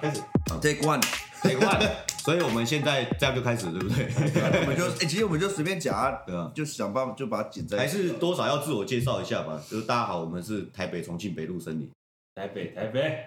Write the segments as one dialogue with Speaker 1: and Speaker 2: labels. Speaker 1: 开始
Speaker 2: 好，Take one，
Speaker 1: ，Take One。所 以我们现在这样就开始，对不对？
Speaker 2: 我们就、欸、其实我们就随便讲啊，
Speaker 1: 对啊
Speaker 2: 就想办法就把它剪在
Speaker 1: 还是多少要自我介绍一下吧。就是大家好，我们是台北重庆北路森林。
Speaker 3: 台北，台北，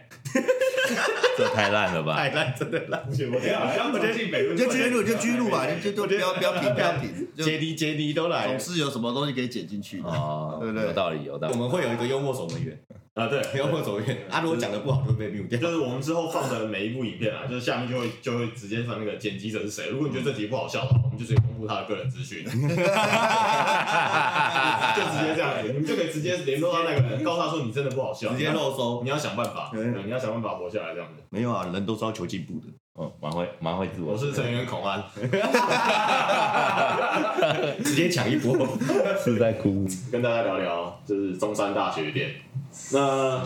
Speaker 4: 这太烂了吧？
Speaker 1: 太烂，哎真的烂，
Speaker 3: 我觉得好像不接近北路，
Speaker 2: 就居入就居入吧，就就就不要不要停不要停，就
Speaker 1: 杰尼杰尼都来
Speaker 2: 总
Speaker 1: 了。
Speaker 2: 是有什么东西可以剪进去的。
Speaker 4: 哦，
Speaker 2: 对不对
Speaker 4: 有道理，有道
Speaker 1: 我
Speaker 4: 理。
Speaker 1: 们会有一个幽默守门 员，
Speaker 3: 啊，对，
Speaker 1: 幽默守门员，啊，如果讲的不好就会被 mute 掉。
Speaker 3: 就是我们之后放的每一部影片啊，就是下面就会就会直接放那个剪辑者是谁。如果你觉得这集不好笑的话，我们就直接公布他的个人资讯，就直接这样子，你们就可以直接联络到那个人，告诉他说你真的不好笑，
Speaker 1: 直接漏收
Speaker 3: 你要想办法，
Speaker 1: 嗯
Speaker 3: 对你要想办法活下来这样子。
Speaker 1: 没有啊，人都是要求进步的。
Speaker 4: 嗯，蛮会蛮会自
Speaker 3: 我
Speaker 4: 我。
Speaker 3: 是成员孔安，
Speaker 1: 直接抢一 波。
Speaker 4: 是在哭。
Speaker 3: 跟大家聊聊就是中山大学店。那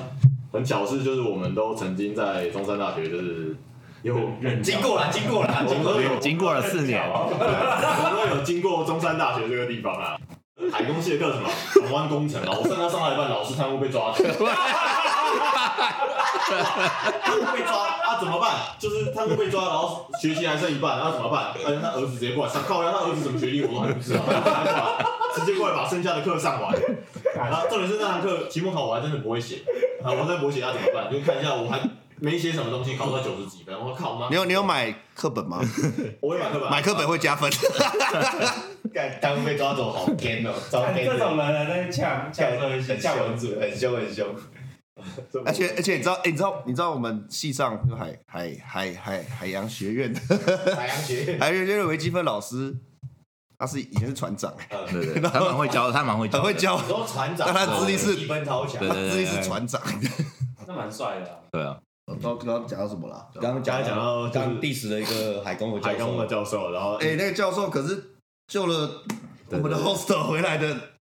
Speaker 3: 很巧是，就是我们都曾经在中山大学就是有
Speaker 1: 经过了，经过了，经过了。
Speaker 4: 经过了四年，
Speaker 3: 我们有经过中山大学这个地方啊，海工系的课程嘛，港湾工程啊，我上课上到一半，老师贪污被抓去，被抓啊怎么办？就是贪污被抓，然后学习还剩一半，那、怎么办？而且他儿子直接过来上，靠呀，他儿子什么学历我都还不知道，直接过来把剩下的课上完。然后重点是那堂课期末考我还真的不会写，啊，我再不会写那怎么办？就看一下我还没写什么东西，考到九十几分，我靠妈
Speaker 2: 你！有你有买课本吗？
Speaker 3: 我会买课本啊，
Speaker 2: 买课本会加分。
Speaker 1: 干，当被抓走好 g 哦，招 g
Speaker 5: 这种人还在呛呛这些
Speaker 1: 很
Speaker 5: 呛
Speaker 1: 凶，
Speaker 5: 文
Speaker 1: 很
Speaker 5: 组
Speaker 1: 凶，很凶，很凶。
Speaker 2: 而且而且你知道、欸你知道你知道我们系上有海海海海海洋学院的
Speaker 1: 海洋学院，
Speaker 2: 海洋学院的微积分老师，他是以前是船长，
Speaker 4: 对对，对他蛮会教，他蛮会教，
Speaker 2: 很会。教
Speaker 1: 你，说船长，
Speaker 2: 但他资历是
Speaker 1: 一分超强
Speaker 4: 对。
Speaker 2: 他
Speaker 4: 对对
Speaker 2: 自己是船长。
Speaker 5: 那蛮帅的啊。
Speaker 4: 对啊，
Speaker 2: 刚刚讲到什么了？
Speaker 1: 刚刚讲到，
Speaker 3: 就是
Speaker 1: 刚 diss 了一个海工的
Speaker 3: 海
Speaker 1: 教
Speaker 3: 工的
Speaker 1: 授。
Speaker 3: 教授，然后
Speaker 2: 哎、那个教授可是救了我们的 hostel 回来的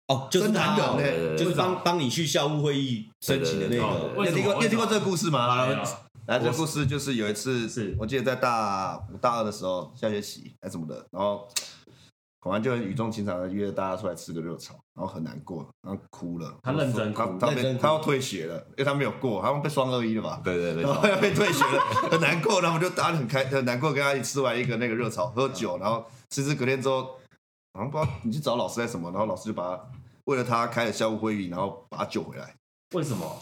Speaker 1: 哦，就是
Speaker 2: 真
Speaker 1: 他
Speaker 2: 男人
Speaker 1: 哦
Speaker 2: 呢、，
Speaker 4: 对对
Speaker 1: 就
Speaker 4: 对
Speaker 1: 是帮帮你去校务会议申请的那个。
Speaker 2: 你有听过你有听过这个故事吗？
Speaker 3: 没有
Speaker 2: 来，这故事就是有一次，
Speaker 3: 是
Speaker 2: 我记得在大我大二的时候，下学期还什么的，然后孔安就语重心长的约大家出来吃个热炒，然后很难过，然后哭了，
Speaker 3: 他认真
Speaker 2: 他
Speaker 3: 哭
Speaker 2: 他
Speaker 1: 认真
Speaker 2: 被
Speaker 1: 哭
Speaker 2: 他要退学了，因为他没有过，他们被双二一了吧？
Speaker 4: 对对对
Speaker 3: 哦
Speaker 2: 然，后要被退学了，很难过，然后我们就打得很开，很难过，跟他一起吃完一个那个热炒，喝酒，然后其实隔天之后，好像不知道你去找老师还是什么，然后老师就把他为了他开了校务会议，然后把他救回来，
Speaker 3: 为什么？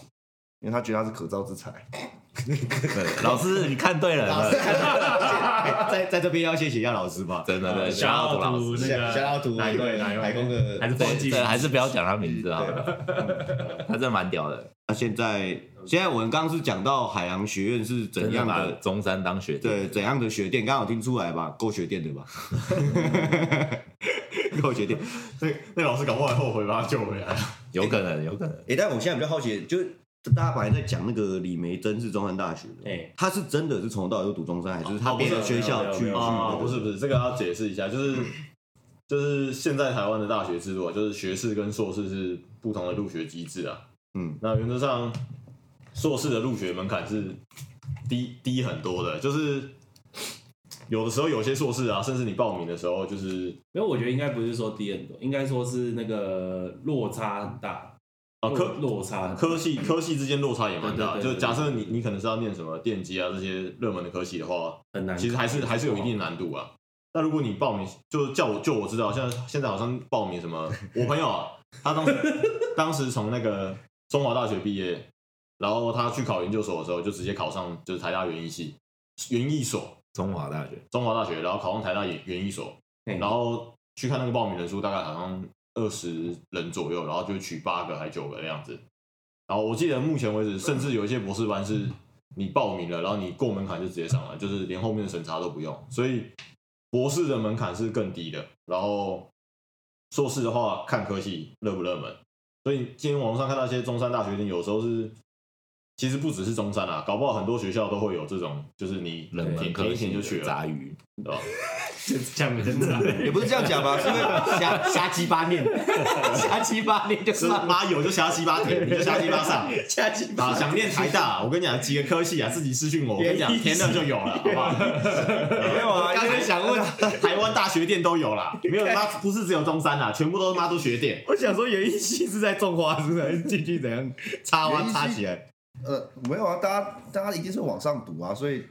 Speaker 2: 因为他觉得他是可造之材。
Speaker 4: 对老师你看对
Speaker 1: 老
Speaker 4: 了
Speaker 1: 师，，哎在在这边要谢谢一下老师吧。
Speaker 4: 真的 对，
Speaker 3: 小
Speaker 4: 想要
Speaker 3: 奥
Speaker 4: 懂老师，
Speaker 3: 那
Speaker 1: 小
Speaker 3: 个
Speaker 1: 小图
Speaker 3: 哪一位哪一位
Speaker 1: 海工的
Speaker 3: 还是
Speaker 4: 对
Speaker 3: 忘记
Speaker 4: 对，还是不要讲他名字好了，
Speaker 1: 对
Speaker 4: 他真的蛮屌的，
Speaker 1: 那现在现在我们刚刚是讲到海洋学院是怎
Speaker 4: 真的
Speaker 1: 样
Speaker 4: 把
Speaker 1: 的，
Speaker 4: 中山当学弟，
Speaker 1: 对怎样的学店，刚好听出来吧？够学店对吧？够学店。
Speaker 3: 那那老师搞不好还后悔把他救回来。
Speaker 4: 有可能，有可能。
Speaker 1: 诶，但我现在比较好奇，就是大家本来在讲那个李梅珍是中山大学的，
Speaker 5: 哎
Speaker 1: 他是真的是从头到尾都读中山，还是他
Speaker 3: 哦不
Speaker 1: 别
Speaker 3: 是
Speaker 1: 的学校去
Speaker 5: 没有没有没
Speaker 1: 去？
Speaker 5: 有
Speaker 3: 啊，不
Speaker 1: 是，
Speaker 3: 是不是，这个要解释一下，就是就是现在台湾的大学制度啊，就是学士跟硕士是不同的入学机制啊。
Speaker 1: 嗯，
Speaker 3: 那原则上硕士的入学门槛是低低很多的，就是有的时候有些硕士啊，甚至你报名的时候就是
Speaker 5: 没有，我觉得应该不是说低很多，应该说是那个落差很大。
Speaker 3: 啊科
Speaker 5: 落差很大
Speaker 3: 科系科系之间落差也蛮大的，
Speaker 5: 对对对
Speaker 3: 就
Speaker 5: 对
Speaker 3: 假设你你可能是要念什么电机啊这些热门的科系的话，
Speaker 5: 很难，
Speaker 3: 其实还是还是有一定难度啊。那如果你报名，就叫我就我知道，像现在好像报名什么， 我朋友啊，他当时当时从那个中华大学毕业，然后他去考研究所的时候，就直接考上就是台大园艺系园艺所，
Speaker 4: 中华大学，
Speaker 3: 中华大学，然后考上台大园园艺所，
Speaker 5: 嗯
Speaker 3: 然后去看那个报名人数，大概好像二十人左右，然后就取八个还九个的样子。然后我记得目前为止，甚至有一些博士班是你报名了，然后你过门槛就直接上来，就是连后面的审查都不用。所以博士的门槛是更低的。然后硕士的话，看科系热不热门。所以今天网络上看到一些中山大学生，有时候是其实不只是中山啊，搞不好很多学校都会有这种，就是你
Speaker 4: 冷门
Speaker 3: 填
Speaker 4: 科
Speaker 3: 填一填
Speaker 4: 系
Speaker 3: 就去了，
Speaker 4: 杂鱼，
Speaker 3: 对吧？
Speaker 5: 这样真的。
Speaker 2: 也不是这样讲吧，是因为
Speaker 1: 瞎瞎鸡巴念，瞎鸡巴念就是
Speaker 3: 妈有就瞎鸡巴填，你就瞎鸡巴上。
Speaker 1: 瞎鸡
Speaker 3: 啊，
Speaker 1: 巴
Speaker 3: 想念台大，我跟你讲几个科系啊，自己私讯我，我跟你讲填了就有了，好不好？
Speaker 2: 没 有啊，
Speaker 1: 刚
Speaker 2: 因
Speaker 1: 才
Speaker 2: 为
Speaker 1: 想问，
Speaker 3: 台湾大学店都有啦，没有妈不是只有中山啦，全部都是妈都学店。
Speaker 1: 我想说园艺系是在种花，是不是？进去怎样插花
Speaker 2: 园艺系
Speaker 1: 插起来？
Speaker 2: 呃，没有啊，大家大家一定是往上读啊，所以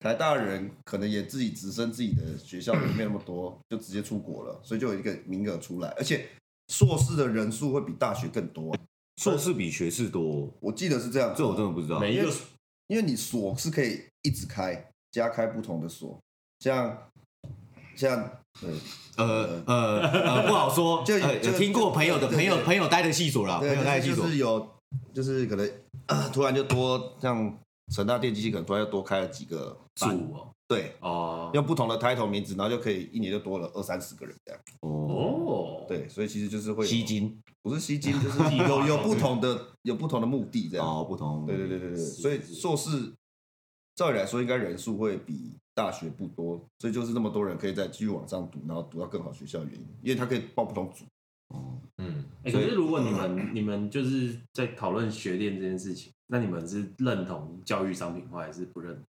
Speaker 2: 台大的人可能也自己直升自己的学校也没有那么多，就直接出国了，所以就有一个名额出来，而且硕士的人数会比大学更多啊、
Speaker 1: 硕士比学士多，
Speaker 2: 我记得是这样，
Speaker 1: 这我真的不知道。
Speaker 3: 每一个
Speaker 2: 因为你锁是可以一直开，加开不同的锁，像像对
Speaker 4: 呃呃呃，不好说。
Speaker 2: 就
Speaker 4: 呃
Speaker 2: 就
Speaker 4: 有听过朋友的
Speaker 2: 对对
Speaker 4: 朋友
Speaker 2: 对
Speaker 4: 朋友待的细所啦，朋
Speaker 2: 对，
Speaker 4: 友待的细
Speaker 2: 就
Speaker 4: 所
Speaker 2: 是。有，就是可能、呃突然就多像成大电机系，可能突然又多开了几个班，
Speaker 3: 组哦
Speaker 2: 对，
Speaker 3: 哦
Speaker 2: 用不同的 title 名字，然后就可以一年就多了二三十个人这样。
Speaker 1: 哦，
Speaker 5: 哦，
Speaker 2: 对，所以其实就是会有
Speaker 4: 吸，金
Speaker 2: 不是吸金，就是 有有不同的有不同的目的这样。
Speaker 1: 哦，不同。
Speaker 2: 对对对对对，所以硕士照理来说应该人数会比大学不多，所以就是那么多人可以再继续往上读，然后读到更好学校的原因，因为他可以报不同组。
Speaker 3: 嗯，
Speaker 5: 哎可是如果你们你们就是在讨论学电这件事情，那你们是认同教育商品化还是不认同？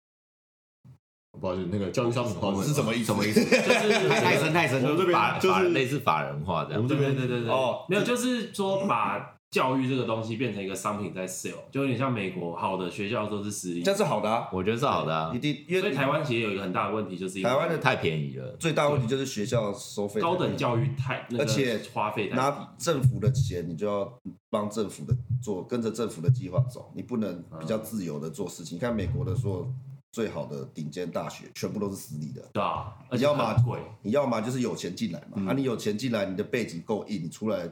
Speaker 3: 不好意思，那个教育商品化
Speaker 2: 我是什么意思？什么意思？
Speaker 5: 就是
Speaker 4: 太太深太深，
Speaker 3: 哎我们这边
Speaker 4: 法
Speaker 3: 就是
Speaker 4: 法类似法人化这
Speaker 3: 我
Speaker 4: 样
Speaker 3: 们。这
Speaker 5: 对
Speaker 3: 边
Speaker 5: 对对对
Speaker 2: 哦
Speaker 5: 没有，就是说把教育这个东西变成一个商品在 sell，就有点像美国好的学校都是私 立
Speaker 2: 这，样是好的 啊，
Speaker 4: 我觉得是好的啊
Speaker 2: 一，定因
Speaker 5: 所以
Speaker 2: 为
Speaker 5: 台湾其实有一个很大的问题，就是因为
Speaker 2: 台湾的
Speaker 4: 太便 宜了。
Speaker 2: 最大问题就是学校收费
Speaker 5: 高等
Speaker 2: 太低
Speaker 5: 教育太，那个
Speaker 2: 而且
Speaker 5: 花费太低。
Speaker 2: 拿政府的钱，你就要帮政府的做，跟着政府的计划走，你不能
Speaker 3: 嗯
Speaker 2: 比较自由的做事情。你看美国的说最好的顶尖大学，全部都是私立的。
Speaker 5: 对啊，而且
Speaker 2: 要么
Speaker 5: 很贵，
Speaker 2: 你要么就是有钱进来
Speaker 3: 嗯
Speaker 2: 嘛，啊，你有钱进来，你的背景够硬，你出来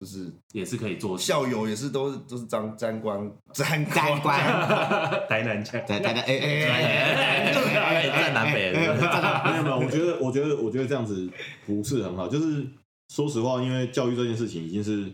Speaker 2: 就是
Speaker 5: 也是可以做事。
Speaker 2: 校友也是都是都是沾沾光沾
Speaker 4: 三观，
Speaker 5: 台南腔，
Speaker 4: 在在在哎哎哎哎，在南北，
Speaker 3: 啊没有没有，我觉得我觉得我觉得这样子不是很好。就是说实话，因为教育这件事情已经是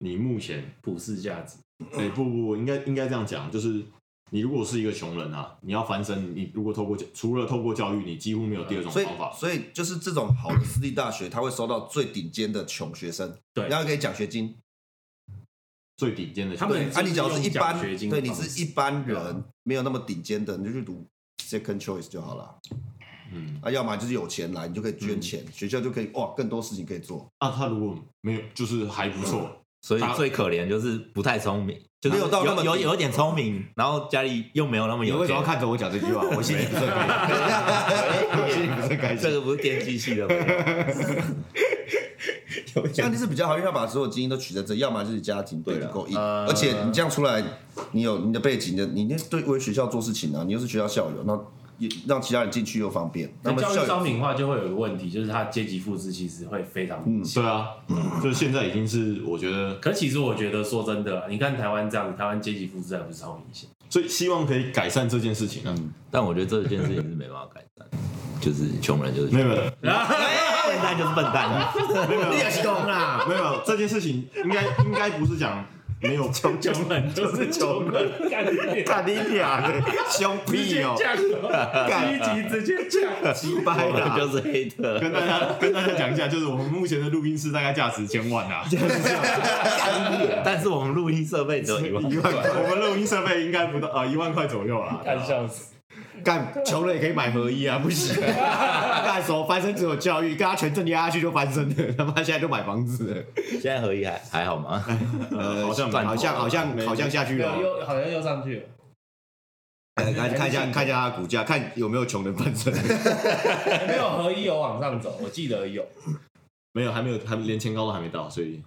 Speaker 3: 你目前
Speaker 5: 普世价值。
Speaker 3: 哎、不不不，应该应该这样讲，就是你如果是一个穷人啊，你要翻身，你如果透过教除了透过教育，你几乎没有第二种
Speaker 2: 所以
Speaker 3: 方法。
Speaker 2: 所以就是这种好的私立大学，他会收到最顶尖的穷学生，
Speaker 5: 对
Speaker 2: 然后给奖学金。
Speaker 3: 最顶尖的
Speaker 5: 他
Speaker 3: 穷
Speaker 5: 们
Speaker 3: 人，
Speaker 2: 啊，你只要是一般，
Speaker 5: 就是用奖学金的
Speaker 2: 对你
Speaker 5: 方
Speaker 2: 是
Speaker 5: 式
Speaker 2: 一般人，没有那么顶尖的，你就去读 second choice 就好了。
Speaker 3: 嗯
Speaker 2: 啊，要么就是有钱来，你就可以捐钱，学校就可以哇，更多事情可以做。
Speaker 3: 啊，他如果没有，就是还不错，
Speaker 4: 所以最可怜就是不太聪明，就是有有有有点聪明，然后家里又没有那么有钱。
Speaker 3: 着我讲这句话？我心里不是
Speaker 4: 这个不是电机系的朋 友，
Speaker 2: 那你是比较好，因为他把所有精英都取在这，要么就是家庭背景够硬，
Speaker 4: 呃
Speaker 2: 而且你这样出来，你有你的背景的，你那对为学校做事情啊，你又是学校校友，那也让其他人进去又方便。那
Speaker 5: 那
Speaker 2: 么
Speaker 5: 教育
Speaker 2: 校
Speaker 5: 商
Speaker 2: 友
Speaker 5: 品化就会有一个问题，就是它阶级复制其实会非常明显。
Speaker 3: 对啊，就是现在已经是我觉得，
Speaker 5: 可其实我觉得说真的啊，你看台湾这样，台湾阶级复制还不是超明显。
Speaker 3: 所以希望可以改善这件事情啊。
Speaker 4: 但我觉得这件事情是没办法改善，就是穷人就是
Speaker 3: 没
Speaker 4: 笨
Speaker 3: 有没有没
Speaker 4: 蛋就是笨 蛋，你也是懂啦。
Speaker 3: 有没有，这件事情应该应该不是讲没有穷
Speaker 5: 穷人就是穷人，干你脸
Speaker 4: 看你俩的凶
Speaker 5: 直接
Speaker 3: 哦
Speaker 5: 降了，第一集直接降。
Speaker 4: 击败
Speaker 5: 啊
Speaker 4: 了，就是黑特。
Speaker 3: 跟大家跟大家讲一下，就是我们目前的录音室大概价值千万啊，
Speaker 4: 但是我们录音设备只有一 万，
Speaker 3: 一万块，我们录音设备应该不到啊一万块左右啊。
Speaker 5: 干笑死！
Speaker 6: 干穷人也可以买合一啊，不行、啊，干什么翻身只有教育，跟他全正压下去就翻身了，他妈现在就买房子了，
Speaker 4: 现在合一还还好吗？
Speaker 3: 呃，好像
Speaker 4: 算
Speaker 6: 好像好像好像下去了。
Speaker 5: 又好像又上去了。
Speaker 6: 来看一下看一下他的股价，看有没有穷人翻身。
Speaker 5: 没有合一有往上走，我记得有。
Speaker 3: 没有，还没有，还连前高都还没到，所以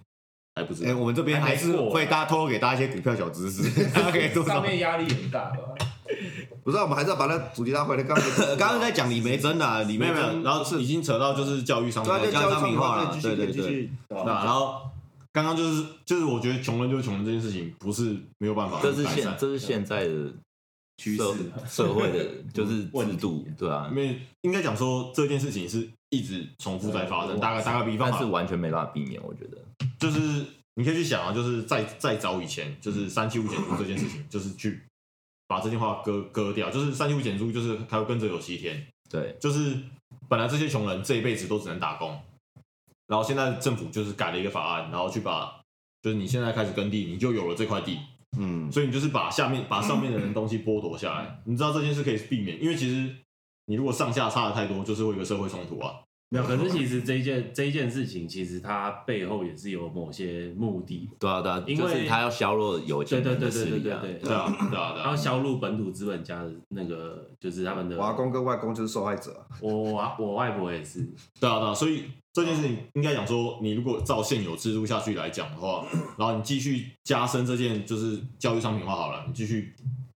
Speaker 3: 还不知
Speaker 6: 哎、
Speaker 1: 呃
Speaker 3: 道。
Speaker 6: 我们这边还是
Speaker 5: 还没过啊
Speaker 6: 会大家透露给大家一些股票小知识，大家可以多
Speaker 5: 上
Speaker 6: 少？
Speaker 5: 面压力很大吧？
Speaker 2: 不是啊，我们还是要把那主题拉回来。刚刚
Speaker 6: 呃刚刚在讲李梅珍啊，李梅
Speaker 3: 没有没有，
Speaker 6: 珍，
Speaker 3: 然后是已经扯到就是教育上面
Speaker 2: 对啊，就
Speaker 3: 了，
Speaker 2: 教育商品化
Speaker 6: 了
Speaker 2: 了，继续
Speaker 6: 对对
Speaker 2: 继续。
Speaker 3: 那然后刚刚就是就是我觉得穷人就是穷人这件事情不是没有办法
Speaker 4: 这是
Speaker 3: 改
Speaker 4: 现
Speaker 3: 善，
Speaker 4: 这是现在的
Speaker 5: 趋
Speaker 4: 社
Speaker 5: 势
Speaker 4: 社会的，就是制 度，对啊
Speaker 3: 因，为应该讲说这件事情是一直重复在发生。大概打个比方
Speaker 4: 但是
Speaker 3: 啊，
Speaker 4: 完全没办法避免，我觉得。
Speaker 3: 就是你可以去想啊，就是在再早以前，就是三七五减租这件事情，就是去把这句话割割掉，就是三七五减租，就是还有跟着有七天，
Speaker 4: 对，
Speaker 3: 就是本来这些穷人这一辈子都只能打工，然后现在政府就是改了一个法案，然后去把就是你现在开始耕地，你就有了这块地，
Speaker 2: 嗯，
Speaker 3: 所以你就是把下面把上面的人东西剥夺下来。你知道这件事可以避免，因为其实你如果上下差的太多，就是会有一个社会冲突啊。
Speaker 5: 没有，可是其实这一件这一件事情，其实它背后也是有某些目的。
Speaker 4: 对啊对啊，
Speaker 5: 因为
Speaker 4: 就是他要削弱有钱
Speaker 5: 对对
Speaker 4: 人
Speaker 5: 对
Speaker 4: 的
Speaker 5: 对
Speaker 4: 势
Speaker 5: 对
Speaker 4: 力
Speaker 5: 对
Speaker 4: 啊，
Speaker 5: 对
Speaker 3: 对
Speaker 5: 对，
Speaker 3: 啊对啊对
Speaker 5: 然后
Speaker 3: 啊，
Speaker 5: 销路本土资本家的那个，就是他们的
Speaker 2: 我阿公跟外公就是受害者啊，
Speaker 5: 我我我外婆也是，
Speaker 3: 对啊对啊，所以这件事情应该讲说，你如果照现有制度下去来讲的话，然后你继续加深这件就是教育商品化好了，你继续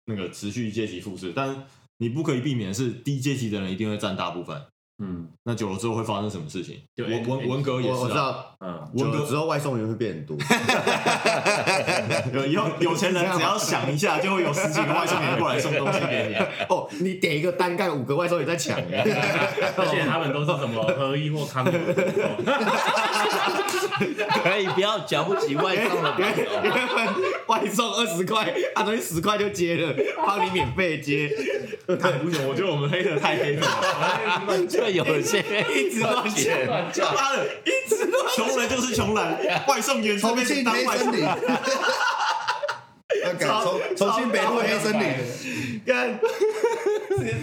Speaker 3: 那个持续阶级复制，但你不可以避免的是低阶级的人一定会占大部分。
Speaker 5: 嗯
Speaker 3: 那久了之后会发生什么事情？
Speaker 5: 就
Speaker 3: 文文
Speaker 5: N-
Speaker 3: 文革也
Speaker 6: 我我
Speaker 3: 是
Speaker 6: 知
Speaker 3: 啊，
Speaker 6: 道，
Speaker 5: 嗯，
Speaker 3: 文
Speaker 6: 久了
Speaker 3: 革
Speaker 6: 之后外送员会变很多，
Speaker 3: 有 有有钱人只要想一下，就会有十几个外送员过来送东西给你。啊
Speaker 6: 哦，你点一个单干五个外送员在抢，欸
Speaker 5: 而且他们都是什么合一或康友的哦那 种，
Speaker 4: 可以不要瞧不起外送的朋友。
Speaker 6: 外送二十块，他东西十块就接了，帮你免费接，
Speaker 3: 不行，我觉得我们黑的太黑了，
Speaker 4: 就有些一直乱
Speaker 6: 钱
Speaker 3: 他妈的，一直穷人就是穷人，外送员
Speaker 2: 重
Speaker 3: 去
Speaker 2: 庆
Speaker 3: 当
Speaker 2: 黑
Speaker 3: 外
Speaker 2: 森
Speaker 3: 送
Speaker 2: 林，
Speaker 3: 员。
Speaker 2: 要改重重庆北路黑森林。
Speaker 6: 干，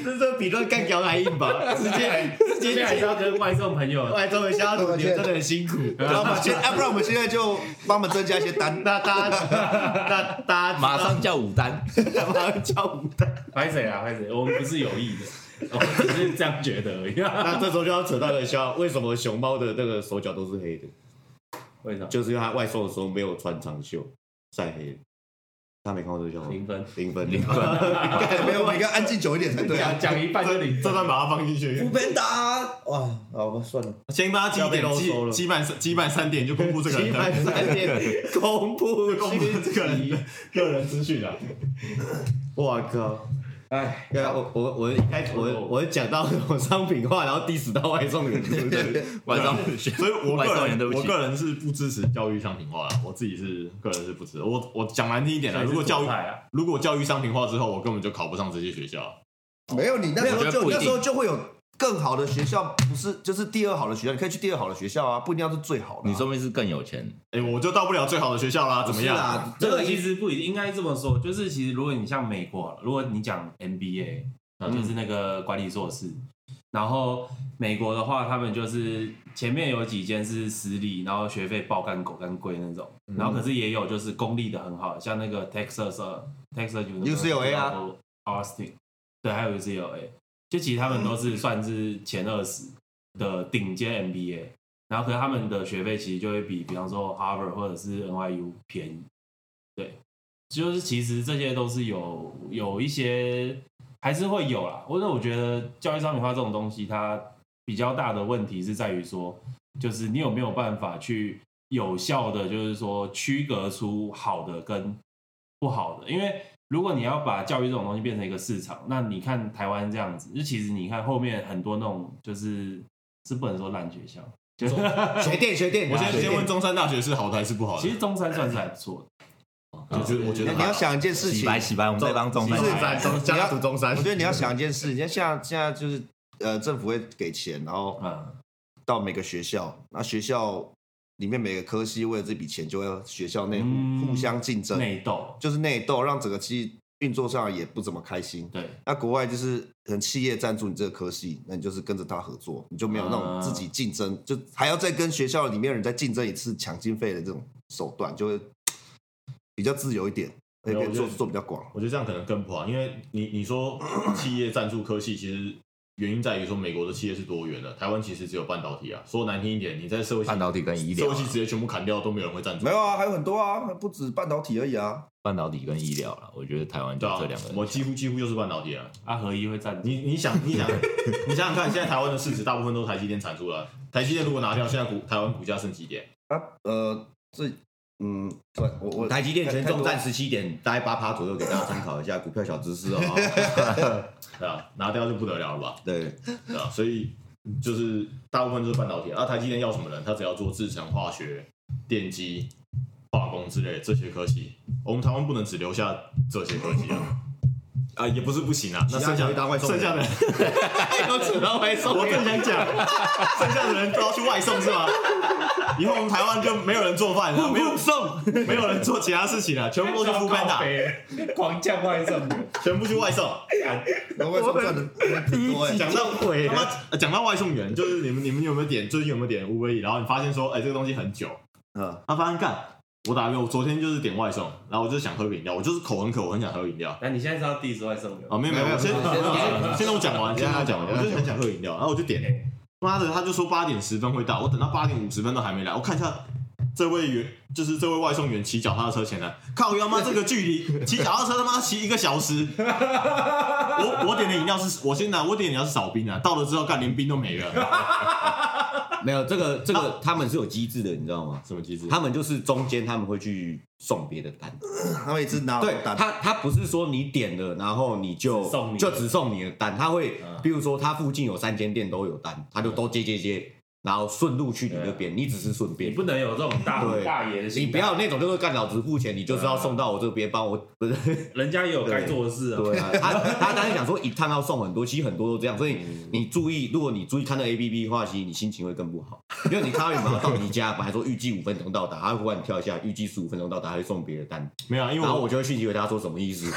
Speaker 6: 这这比乱干掉还硬吧？直接直
Speaker 5: 现在还
Speaker 6: 接
Speaker 5: 是要跟外送朋 友
Speaker 6: 外送员消毒，你们真的很辛苦。
Speaker 2: 然后我们现，啊，不然我们现在就帮我们增加一些单。
Speaker 6: 那大家，那大家
Speaker 4: 马上叫五单，
Speaker 6: 马上叫五单，
Speaker 5: 拍谁啊拍谁，我们不是有意 的，我们只是这样觉得而已。
Speaker 6: 那这时候就要扯到很笑，为什么熊猫的那个手脚都是黑的？
Speaker 5: 为 啥？
Speaker 6: 就是因为它外送的时候没有穿长袖，晒黑了。他没看过这个笑话，
Speaker 5: 零分，
Speaker 6: 零分零分，
Speaker 2: 没有，我们应该安静久一点才对啊。
Speaker 5: 讲一半就零
Speaker 6: 这段把它放进去。
Speaker 1: 边打哇，好吧，算了，
Speaker 3: 先帮他记一
Speaker 6: 要被
Speaker 3: 点，
Speaker 6: 啰嗦
Speaker 3: 记
Speaker 6: 了
Speaker 3: 记满三记满三点就公布这 个
Speaker 6: 七
Speaker 3: 人
Speaker 6: 百
Speaker 3: 的
Speaker 6: 三点公布
Speaker 3: 公布这个人的个人资讯啊。
Speaker 6: 我靠！
Speaker 2: 哎，
Speaker 6: 对啊，我我我一开始我我讲到那种商品化，然后 diss 到外送员，是不是？
Speaker 4: 外送
Speaker 3: 所以我
Speaker 4: 外
Speaker 3: 个
Speaker 4: 送员
Speaker 3: 人
Speaker 4: 对不起
Speaker 3: 我个人是不支持教育商品化的，我自己是个人是不支持。我我讲难听一点了，如果教育
Speaker 5: 啊，
Speaker 3: 如果教育商品化之后，我根本就考不上这些学校。啊
Speaker 2: 没有，你那时候
Speaker 4: 我觉得
Speaker 2: 就
Speaker 4: 不一
Speaker 2: 那
Speaker 4: 定
Speaker 2: 时候就会有更好的学校，不是就是第二好的学校，你可以去第二好的学校啊，不一定要是最好的啊。
Speaker 4: 你说明是更有钱。
Speaker 3: 哎、我就到不了最好的学校啦，怎么
Speaker 2: 是
Speaker 3: 样？
Speaker 2: 啊？
Speaker 5: 这个其实不一定应该这么说，就是其实如果你像美国好了，如果你讲 MBA，就是啊那个管理硕士，然后美国的话，他们就是前面有几间是私立，然后学费爆干狗干贵那种，然后可是也有就是公立的很好，像那个 Texas 呃 Texas
Speaker 2: UCLA 啊
Speaker 5: Austin，对，还有 UCLA，就其实他们都是算是前二十的顶尖 MBA。然后可是他们的学费其实就会比，比方说 Harvard 或者是 NYU 便宜。对，就是其实这些都是有有一些还是会有啦。或者我觉得教育商品化这种东西，它比较大的问题是在于说，就是你有没有办法去有效的，就是说区隔出好的跟不好的，因为。如果你要把教育这种东西变成一个市场，那你看台湾这样子，就其实你看后面很多那种就是是不能说烂学校，就是
Speaker 6: 学电学
Speaker 4: 哎
Speaker 6: 电，
Speaker 3: 我先
Speaker 6: 学
Speaker 3: 先
Speaker 6: 电
Speaker 3: 问中山大学是好的还是不好的？
Speaker 5: 其实中山算是还不错
Speaker 3: 我觉
Speaker 4: 哦
Speaker 3: 得我觉
Speaker 2: 你
Speaker 3: 得
Speaker 2: 你要想一件事
Speaker 4: 洗
Speaker 2: 情，
Speaker 4: 白洗白，我们再帮中山
Speaker 2: 是
Speaker 6: 中山中
Speaker 2: 你
Speaker 6: 家
Speaker 2: 要
Speaker 6: 族中山
Speaker 2: 我，觉得你要想一件事，你看现在现在就是呃，政府会给钱，然后
Speaker 5: 的，嗯，
Speaker 2: 到每个学校，那学校里面每个科系为了这笔钱，就会学校内
Speaker 5: 嗯
Speaker 2: 互互相竞争，
Speaker 5: 内斗，
Speaker 2: 就是内斗，让整个系运作上也不怎么开心。
Speaker 5: 对，
Speaker 2: 那国外就是可能企业赞助你这个科系，那你就是跟着他合作，你就没有那种
Speaker 5: 啊
Speaker 2: 自己竞争，就还要再跟学校里面人再竞争一次抢经费的这种手段，就会比较自由一点，
Speaker 3: 没
Speaker 2: 而
Speaker 3: 有
Speaker 2: 且做
Speaker 3: 我觉得
Speaker 2: 做比较广。
Speaker 3: 我觉得这样可能更不好，因为你你 说企业赞助科系，其实原因在于说美国的企业是多元的，台湾其实只有半导体啊。说难听一点，你在社会系
Speaker 4: 半导体跟医
Speaker 3: 社
Speaker 4: 疗啊嗯
Speaker 3: 会，系直接全部砍掉，都没有人会赞助。
Speaker 2: 没有啊，还有很多啊，不止半导体而已啊。
Speaker 4: 半导体跟医疗了，我觉得台湾就
Speaker 3: 对啊
Speaker 4: 这两个，
Speaker 3: 我几乎几乎就是半导体啊。
Speaker 5: 阿合一会站，
Speaker 3: 你你想你想你想想看，现在台湾的市值大部分都是台积电产出了，台积电如果拿掉，现在股台湾股价剩几点？
Speaker 2: 啊，呃，这，嗯，对我我
Speaker 6: 台积电权重占
Speaker 2: 太
Speaker 6: 十七点，大概八趴左右，给大家参考一下股票小知识哦。
Speaker 3: 对啊，拿掉就不得了了吧？
Speaker 1: 对，
Speaker 3: 对啊，所以就是大部分都是半导体啊。那台积电要什么人？他只要做制程、化学、电机、 化工之类的这些科技。我们台湾不能只留下这些科技啊。啊，也不是不行啊。那剩下
Speaker 2: 大外
Speaker 6: 剩下的 有只能外送，我正想讲，剩下的人都要去外送是吗？以后我们台湾就没有人做饭了，没有送，没有人做其他事情了，全部都去 f o o
Speaker 7: 狂叫外送员，
Speaker 6: 全部去外送。
Speaker 2: 那外送赚的很多哎，
Speaker 6: 讲到鬼
Speaker 3: 他妈呃讲到外送员，就是你们你们有没有点最近有没有点 Uber E？然后你发现说，哎、这个东西很久，
Speaker 2: 嗯，
Speaker 3: 他发现干，我打个我昨天就是点外送，然后我就是想喝个饮料，我就是口很渴，我很想喝饮料。
Speaker 5: 那你现在是要 diss 外送员？
Speaker 3: 啊，没有没有，我先
Speaker 2: 没有
Speaker 3: 先让我讲完，先让我讲完，我就是很想喝饮料，然后我就点，妈的，他就说八点十分会到，我等到八点五十分都还没来，我看一下。这位员就是这位外送员骑脚踏车前来，靠腰妈这个距离骑脚踏车他妈骑一个小时，我我点的饮料是，我先拿我点的饮料是少冰啊，到了之后干连冰都没了，
Speaker 1: 没有这个这个他们是有机制的，你知道吗？
Speaker 3: 什么机制？
Speaker 1: 他们就是中间他们会去送别的单，
Speaker 2: 他们一直拿
Speaker 1: 对
Speaker 2: 打
Speaker 1: 他他不是说你点了然后你就
Speaker 5: 只送你
Speaker 1: 就只送你的单，他会比如说他附近有三间店都有单，他就都接接接，然后顺路去你那边，你只是顺
Speaker 5: 你
Speaker 1: 便。
Speaker 5: 不能有这种大虎
Speaker 1: 对
Speaker 5: 大爷的心态，
Speaker 1: 你不要那种就是干老子付钱，你就是要送到我这边帮我，不是
Speaker 5: 人家也有该做的事啊。
Speaker 1: 对啊，他他当然想说一趟要送很多，其实很多都这样，所以
Speaker 3: 嗯
Speaker 1: 你注意，如果你注意看到 A P P 的话，其实你心情会更不好，因为你看到有马上到你家，本来说预计五分钟到达，他会忽然跳一下，预计十五分钟到达，他会送别的单，
Speaker 3: 没有啊，因为
Speaker 1: 然后
Speaker 3: 我
Speaker 1: 我就会讯息回他说什么意思，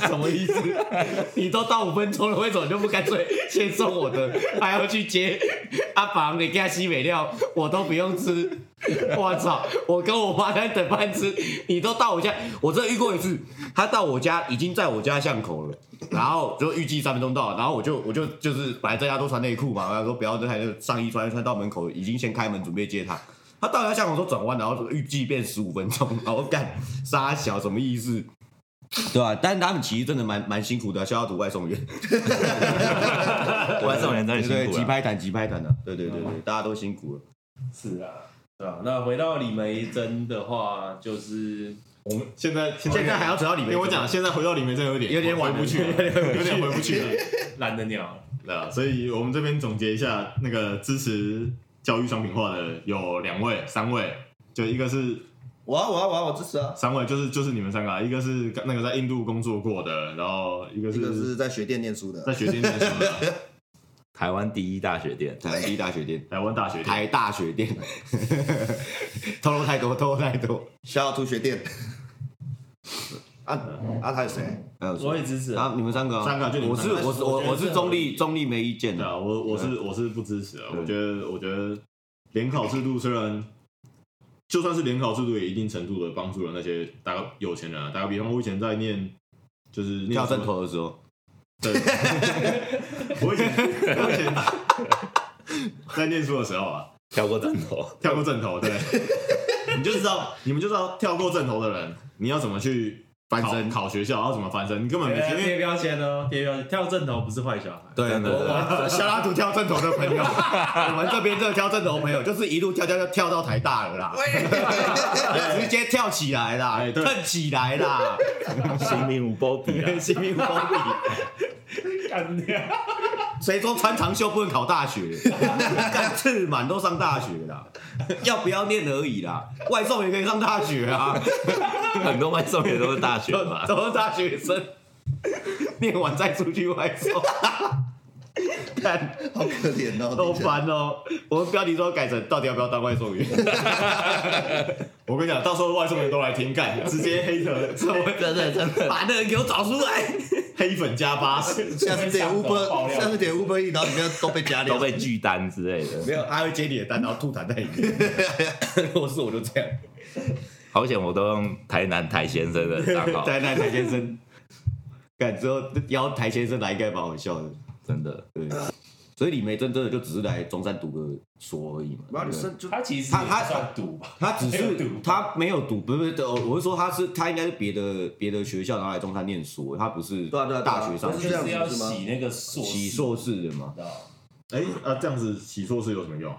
Speaker 6: 什么意思？你都到五分钟了，为什么就不干脆先送我的，还要去 接阿房？你给他西北料，我都不用吃。我操！我跟我妈在等饭吃，你都到我家，
Speaker 1: 我真的遇过一次，他到我家已经在我家巷口了，然后就预计三分钟到，然后我就我就就是本来在家都穿内裤嘛，然后说不要这台上衣穿穿到门口，已经先开门准备接他。他到家巷口说转弯，然后预计变十五分钟，然后干杀小什么意思？对吧、但是他们其实真的蛮蛮辛苦的，消消毒外送员，
Speaker 4: 外送员真
Speaker 1: 对
Speaker 4: 的辛
Speaker 1: 对，
Speaker 4: 苦啊
Speaker 1: 急
Speaker 4: 了。
Speaker 1: 拍谈急拍谈的、对对对对，
Speaker 2: 嗯
Speaker 1: 大家都辛苦了。
Speaker 5: 是啊，对啊。那回到李梅珍的话，就是
Speaker 3: 我们现在现
Speaker 1: 现在还要扯到里
Speaker 3: 因
Speaker 1: 面，
Speaker 3: 为我讲，现在回到里面真的有点
Speaker 1: 有点晚
Speaker 3: 回
Speaker 1: 了
Speaker 3: 不去了，有点回不去了。
Speaker 5: 懒得鸟了。
Speaker 3: 对啊，所以我们这边总结一下，那个支持教育商品化的有两位、三位，就一个是
Speaker 2: 我啊我啊我啊我支持啊，
Speaker 3: 三位，就是就是你们三个、啊，一个是那个在印度工作过的，然后一个
Speaker 2: 这个
Speaker 3: 是
Speaker 2: 是在学店念书的
Speaker 3: 在，学店念书的，
Speaker 4: 台湾第一大学店，
Speaker 1: 台湾第一大学店，
Speaker 3: 台湾大学店。
Speaker 1: 台大学店， 透露太多，透露太多。
Speaker 2: 小图学店。 啊啊，他是谁？
Speaker 1: 还有谁
Speaker 5: 我也支持啊，
Speaker 1: 啊，你们三个啊，
Speaker 3: 三个就你
Speaker 1: 我
Speaker 3: 们
Speaker 1: 是
Speaker 3: 三个
Speaker 1: 我是
Speaker 5: 我
Speaker 1: 我
Speaker 5: 觉得
Speaker 1: 我是中立中立没意见
Speaker 3: 对
Speaker 1: 的，
Speaker 3: 啊，我我是我是不支持啊，我觉得我觉得联考制度虽然。就算是联考制度，也一定程度的帮助了那些大概有钱人啊。打个比方，我以前在念，就是念
Speaker 1: 跳
Speaker 3: 什么
Speaker 1: 正头的时候，
Speaker 3: 对，我以前我以前在念书的时候啊，
Speaker 4: 跳过枕头，
Speaker 3: 跳过正头，对，你就知道，你们就知道跳过正头的人，你要怎么去
Speaker 1: 翻
Speaker 3: 考
Speaker 1: 身
Speaker 3: 考学校，然后怎么翻身，你根本没
Speaker 5: 哎
Speaker 3: 学，因
Speaker 5: 贴
Speaker 3: 为
Speaker 5: 标签哦，贴标签，跳正头不是坏小孩。
Speaker 1: 对对对对，
Speaker 6: 小拉图挑正头的朋友，我们这边这个挑正头朋友，就是一路跳跳跳跳到台大了啦， 直接跳起来啦，
Speaker 3: 哎对
Speaker 6: 蹭起来啦，
Speaker 4: 新兵无波比啊，
Speaker 6: 新民风比。
Speaker 5: 干掉。
Speaker 6: 谁说穿长袖不能考大学？干赤满都上大学啦，要不要念而已啦。外送也可以上大学啊，
Speaker 4: 很多外送员都是大学
Speaker 6: 都
Speaker 4: 嘛。
Speaker 6: 都是大学生，念完再出去外送。看，
Speaker 2: 好可怜哦，
Speaker 6: 好
Speaker 2: 等一下
Speaker 6: 烦哦！我们标题都要改成到底要不要当外送员？
Speaker 3: 我跟你讲，到时候外送人都来听干，直接黑的
Speaker 4: 真的真的，
Speaker 6: 把那人给我找出来！
Speaker 3: 黑粉加八十，
Speaker 2: 下次点
Speaker 7: 爆
Speaker 2: Uber，
Speaker 7: 料
Speaker 2: 下次点 Uber E，然后里面都被加料
Speaker 4: 都。被拒单之类的。
Speaker 6: 没有，他会接你的单，然后吐痰在里面。如果是我就这样。
Speaker 4: 好险，我都用台南台先生的账号，
Speaker 6: 台南台先生，干之后邀台先生来，应该蛮好笑的。
Speaker 4: 真的。
Speaker 1: 对，所以李梅珍真的就只是来中山读个所而已嘛，
Speaker 2: 然后
Speaker 1: 对
Speaker 2: 你
Speaker 1: 不对
Speaker 2: 生就
Speaker 7: 他其实
Speaker 1: 他他
Speaker 7: 也算赌吧，
Speaker 1: 他只
Speaker 7: 没有
Speaker 1: 是
Speaker 7: 读
Speaker 1: 他没有读，不是不是，我哦我是说他是他应该是别的别的学校，然后来中山念书，他不是
Speaker 2: 对啊对啊对啊
Speaker 1: 大学上
Speaker 2: 不
Speaker 7: 就
Speaker 1: 去
Speaker 2: 这样
Speaker 7: 是
Speaker 2: 子
Speaker 7: 要
Speaker 2: 是吗
Speaker 7: 洗那个硕士
Speaker 1: 洗硕士的嘛，
Speaker 7: 你知道吗
Speaker 3: 哎，啊，这样子洗硕士有什么用？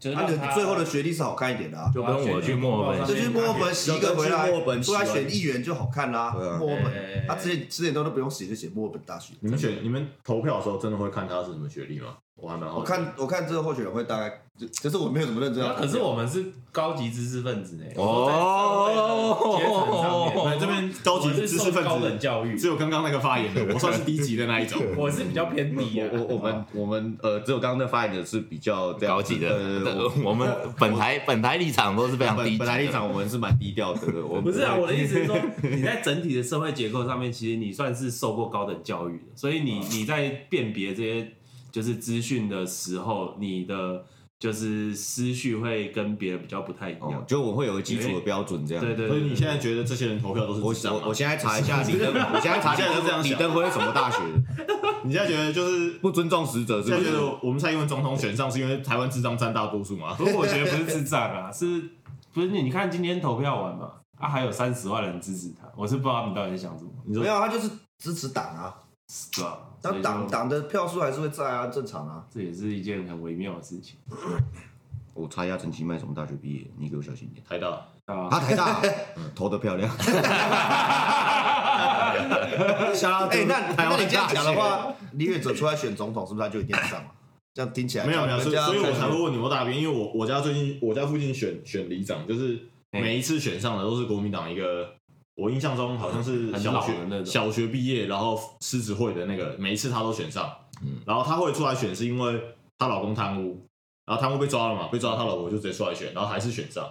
Speaker 7: 就是
Speaker 2: 他
Speaker 7: 让他
Speaker 2: 的啊最后的学历是好看一点的啊，
Speaker 4: 就跟我去墨尔本
Speaker 2: 就去墨尔本洗一个回来
Speaker 6: 墨尔，本洗
Speaker 2: 出
Speaker 6: 完
Speaker 2: 来选议员就好看啦
Speaker 1: 对啊。
Speaker 2: 墨尔
Speaker 7: 哎
Speaker 2: 本，他之前之前都都不用写，就写墨尔本大学。
Speaker 3: 你们选你们投票的时候，真的会看他是什么学历吗？我还蛮好
Speaker 2: 我
Speaker 3: 奇
Speaker 2: 看我看这个候选人会大概，就就是我没有怎么认真要啊
Speaker 7: 那
Speaker 2: 看。
Speaker 7: 可是我们是高级知识分子呢，
Speaker 4: 哦
Speaker 7: 在社会的阶层上面，
Speaker 3: 我们这边高级
Speaker 7: 我是
Speaker 3: 知
Speaker 7: 受
Speaker 3: 识分
Speaker 7: 高等
Speaker 3: 子，
Speaker 7: 教育
Speaker 3: 只，有刚刚那个发言的，我算是低级的那一种。
Speaker 7: 我是比较偏低啊。
Speaker 1: 我我们我们呃，只有刚刚的发言的是比较这样
Speaker 4: 高级
Speaker 1: 呃
Speaker 4: 的，对
Speaker 1: 我
Speaker 4: 我们本台本台立场都是非常低
Speaker 1: 本
Speaker 4: 级
Speaker 1: 本来立
Speaker 4: 的。
Speaker 1: 场我们是蛮低调的，我们
Speaker 5: 不是啊，
Speaker 1: 会
Speaker 5: 我的意思是 说，你在整体的社会结构上面，其实你算是受过高等教育的，所以你你在辨别这些就是资讯的时候，你的就是思绪会跟别人比较不太一
Speaker 1: 哦
Speaker 5: 样。
Speaker 1: 就我会有个基础的标准这样。
Speaker 5: 对对
Speaker 3: 所以
Speaker 5: 对，
Speaker 3: 你现在觉得这些人投票都是
Speaker 1: 我
Speaker 3: 智障吗
Speaker 1: 我我现在查一下李登，我现在查一下
Speaker 3: 你现在是这样
Speaker 1: 李
Speaker 3: 想
Speaker 1: 登辉是什么大学的，
Speaker 3: 你现在觉得就是
Speaker 1: 不尊重使者是
Speaker 3: 现
Speaker 1: 不
Speaker 3: 在觉
Speaker 1: 是？
Speaker 3: 得我们蔡英文总统选上是因为台湾智障占大多数吗？
Speaker 5: 不过我觉得不是智障 啊，是不是你你看今天投票完嘛，啊还有三十万人支持他，我是不知道他们到底在想什么，
Speaker 3: 我
Speaker 2: 没有，啊他就是支持党啊，
Speaker 5: 对吧？所
Speaker 2: 但
Speaker 5: 以就
Speaker 2: 党党的票数还是会在啊，正常啊。
Speaker 5: 这也是一件很微妙的事情，
Speaker 1: 我查一下陈其迈什么大学毕业，你给我小心一点。
Speaker 3: 台大，
Speaker 5: 对啊 吧？
Speaker 1: 他台大嗯投的漂亮，想到
Speaker 2: 哎，那
Speaker 1: 台
Speaker 2: 那
Speaker 1: 湾
Speaker 2: 你这样
Speaker 1: 大
Speaker 2: 讲的
Speaker 1: 学
Speaker 2: 话，李远哲出来选总统，是不是他就一定上了？这样听起来
Speaker 3: 没有没有，所以
Speaker 2: 哎人家
Speaker 3: 所以我才会问你我大边，因为我我家最近我家附近选选里长，就是
Speaker 5: 哎
Speaker 3: 每一次选上的都是国民党一个。我印象中好像是
Speaker 5: 很
Speaker 3: 小
Speaker 5: 老
Speaker 3: 学
Speaker 5: 的那种
Speaker 3: 小学毕业，然后狮子会的那个，每一次她都选上。
Speaker 2: 嗯
Speaker 3: 然后她会出来选是因为她老公贪污，然后贪污被抓了嘛，被抓了她老婆就直接出来选，然后还是选上。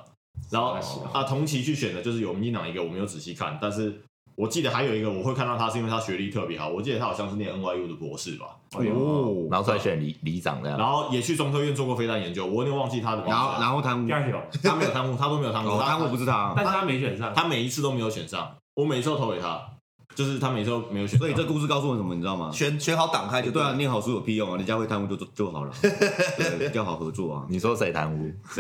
Speaker 3: 然后啊，同期去选的就是有民进党一个，我没有仔细看，但是我记得还有一个我会看到她是因为她学历特别好，我记得她好像是念 NYU 的博士吧。
Speaker 1: 哦，
Speaker 4: 然后出来选里里长这样，
Speaker 3: 然后也去中科院做过飞弹研究，我有点忘记他的名字
Speaker 1: 嗯然后
Speaker 3: 了。
Speaker 1: 然后贪污
Speaker 5: 第，二条，
Speaker 3: 他没有贪污，他都没有贪污，
Speaker 1: 哦，贪污不是他，
Speaker 5: 但是他没选上
Speaker 3: 他，他每一次都没有选上，我每一次都投给他，就是他每一次都没有选上。
Speaker 1: 所以这故事告诉我们什么，你知道吗？
Speaker 2: 选选好党派就
Speaker 1: 对
Speaker 2: 对
Speaker 1: 啊，
Speaker 2: 了。
Speaker 1: 念好书有屁用啊？人家会贪污就就就好了，对比较好合作 啊。
Speaker 4: 你说谁贪污？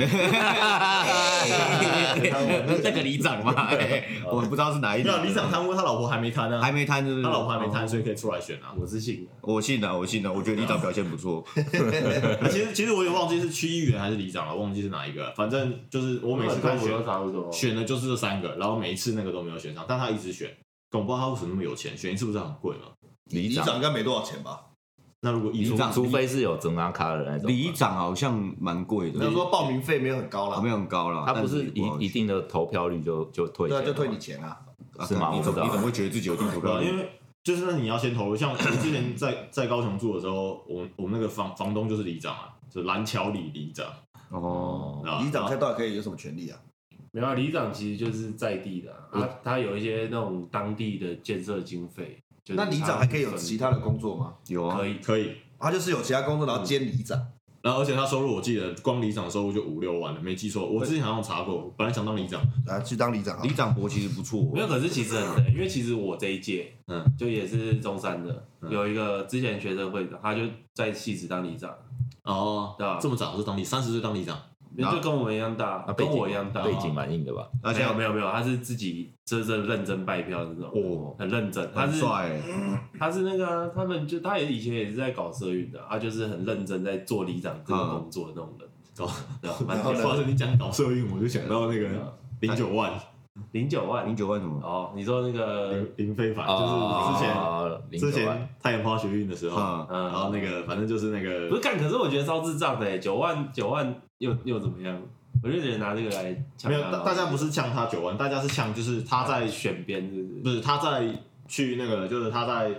Speaker 1: 那个里长嘛，哎我不知道是哪一
Speaker 3: 没
Speaker 1: 里
Speaker 3: 有李长贪污，他老婆还没贪呢、
Speaker 1: 还没贪，是不是？
Speaker 3: 他老婆还没贪，所以可以出来选啊。
Speaker 5: 我是信的。
Speaker 1: 我信啊了，我信了，我觉得里长表现不错。
Speaker 3: 啊其实其实我也忘记是区议员还是里长了，忘记是哪一个了。反正就是我每次看选
Speaker 5: 都差不多，
Speaker 3: 选的就是这三个，然后每一次那个都没有选上，但他一直选。但我不知道他为什么那么有钱，选一次不是很贵吗？
Speaker 4: 里
Speaker 2: 里长
Speaker 4: 长，
Speaker 2: 应该没多少钱吧？
Speaker 3: 那如果一
Speaker 1: 里长
Speaker 4: 除非是有中央卡的那种吧，
Speaker 1: 里长好像蛮贵的，
Speaker 2: 那说报名费没有很高
Speaker 1: 啊
Speaker 2: 啦
Speaker 1: 没，有很高啦，
Speaker 4: 他不
Speaker 1: 但
Speaker 4: 是
Speaker 1: 也好
Speaker 4: 一一定的投票率就就退
Speaker 2: 对
Speaker 4: 钱
Speaker 2: 啊，
Speaker 4: 了吗，
Speaker 2: 就退你钱啊。
Speaker 1: 啊
Speaker 4: 是吗
Speaker 1: 你怎
Speaker 4: 我不知
Speaker 1: 么
Speaker 4: 道
Speaker 1: 你怎么会觉得自己有定投
Speaker 3: 对
Speaker 1: 票
Speaker 3: 啊，
Speaker 1: 率？
Speaker 3: 因为就是那你要先投入，像我之前在在高雄住的时候，我们我们那个房房东就是里长啊，就蓝桥里里长，
Speaker 1: 哦，
Speaker 3: 啊
Speaker 2: 里长现在到底可以有什么权利啊？
Speaker 5: 没有啊里长其实就是在地的啊，他他有一些那种当地的建设经费，就是
Speaker 2: 那里长还可以有其他的工作吗？
Speaker 1: 有啊
Speaker 5: 可，以
Speaker 3: 可以。
Speaker 2: 他就是有其他工作，然后兼里长。
Speaker 3: 然后而且他收入我记得光里长收入就五六万了，没记错。我之前好像查过，本来想当里长，
Speaker 2: 啊，去当里长啊
Speaker 1: 里！长伯其实不错
Speaker 5: 没有，可是其实很累，因为其实我这一届，
Speaker 3: 嗯
Speaker 5: 就也是中山的，
Speaker 3: 嗯
Speaker 5: 有一个之前学生会长，他就在戏子当里长，
Speaker 3: 哦，
Speaker 5: 对啊
Speaker 3: 这么早就当里，三十岁当里长，
Speaker 1: 啊
Speaker 5: 就跟我们一样大
Speaker 4: 那，背
Speaker 5: 跟
Speaker 4: 景
Speaker 5: 我一样大，啊
Speaker 4: 背景蛮硬的吧？
Speaker 1: 而
Speaker 5: 没
Speaker 1: 且
Speaker 5: 有没有没有，他是自己真正认真拜票的那种，
Speaker 1: 哦，
Speaker 5: 很认真，他
Speaker 1: 很
Speaker 5: 是
Speaker 1: 帅欸，
Speaker 5: 他是那个啊、他们就他也以前也是在搞社运的，啊他就是很认真在做里长这个工作的那种人，
Speaker 3: 嗯
Speaker 5: 对吧？蛮
Speaker 2: 然后呢
Speaker 3: 或者你讲搞社运，我就想到那个零九万
Speaker 5: 零九万
Speaker 1: 零九万什么？
Speaker 5: 哦，你说那个
Speaker 3: 林林非凡，啊就是之前、
Speaker 4: 哦
Speaker 3: 之
Speaker 4: 零九万
Speaker 3: 前太阳花学运的时候，
Speaker 2: 啊
Speaker 1: 嗯
Speaker 5: 嗯
Speaker 3: 然后那个反正就是那
Speaker 5: 不
Speaker 3: 个
Speaker 5: 是干，可是我觉得超智障的欸，九万九万又又怎么样？我就觉得拿这个来抢
Speaker 3: 没有
Speaker 5: 他
Speaker 3: 大大家不是呛他九万，大家是呛就是他在
Speaker 5: 在选边是不
Speaker 3: 不
Speaker 5: 是？
Speaker 3: 是他在去那个，就是他在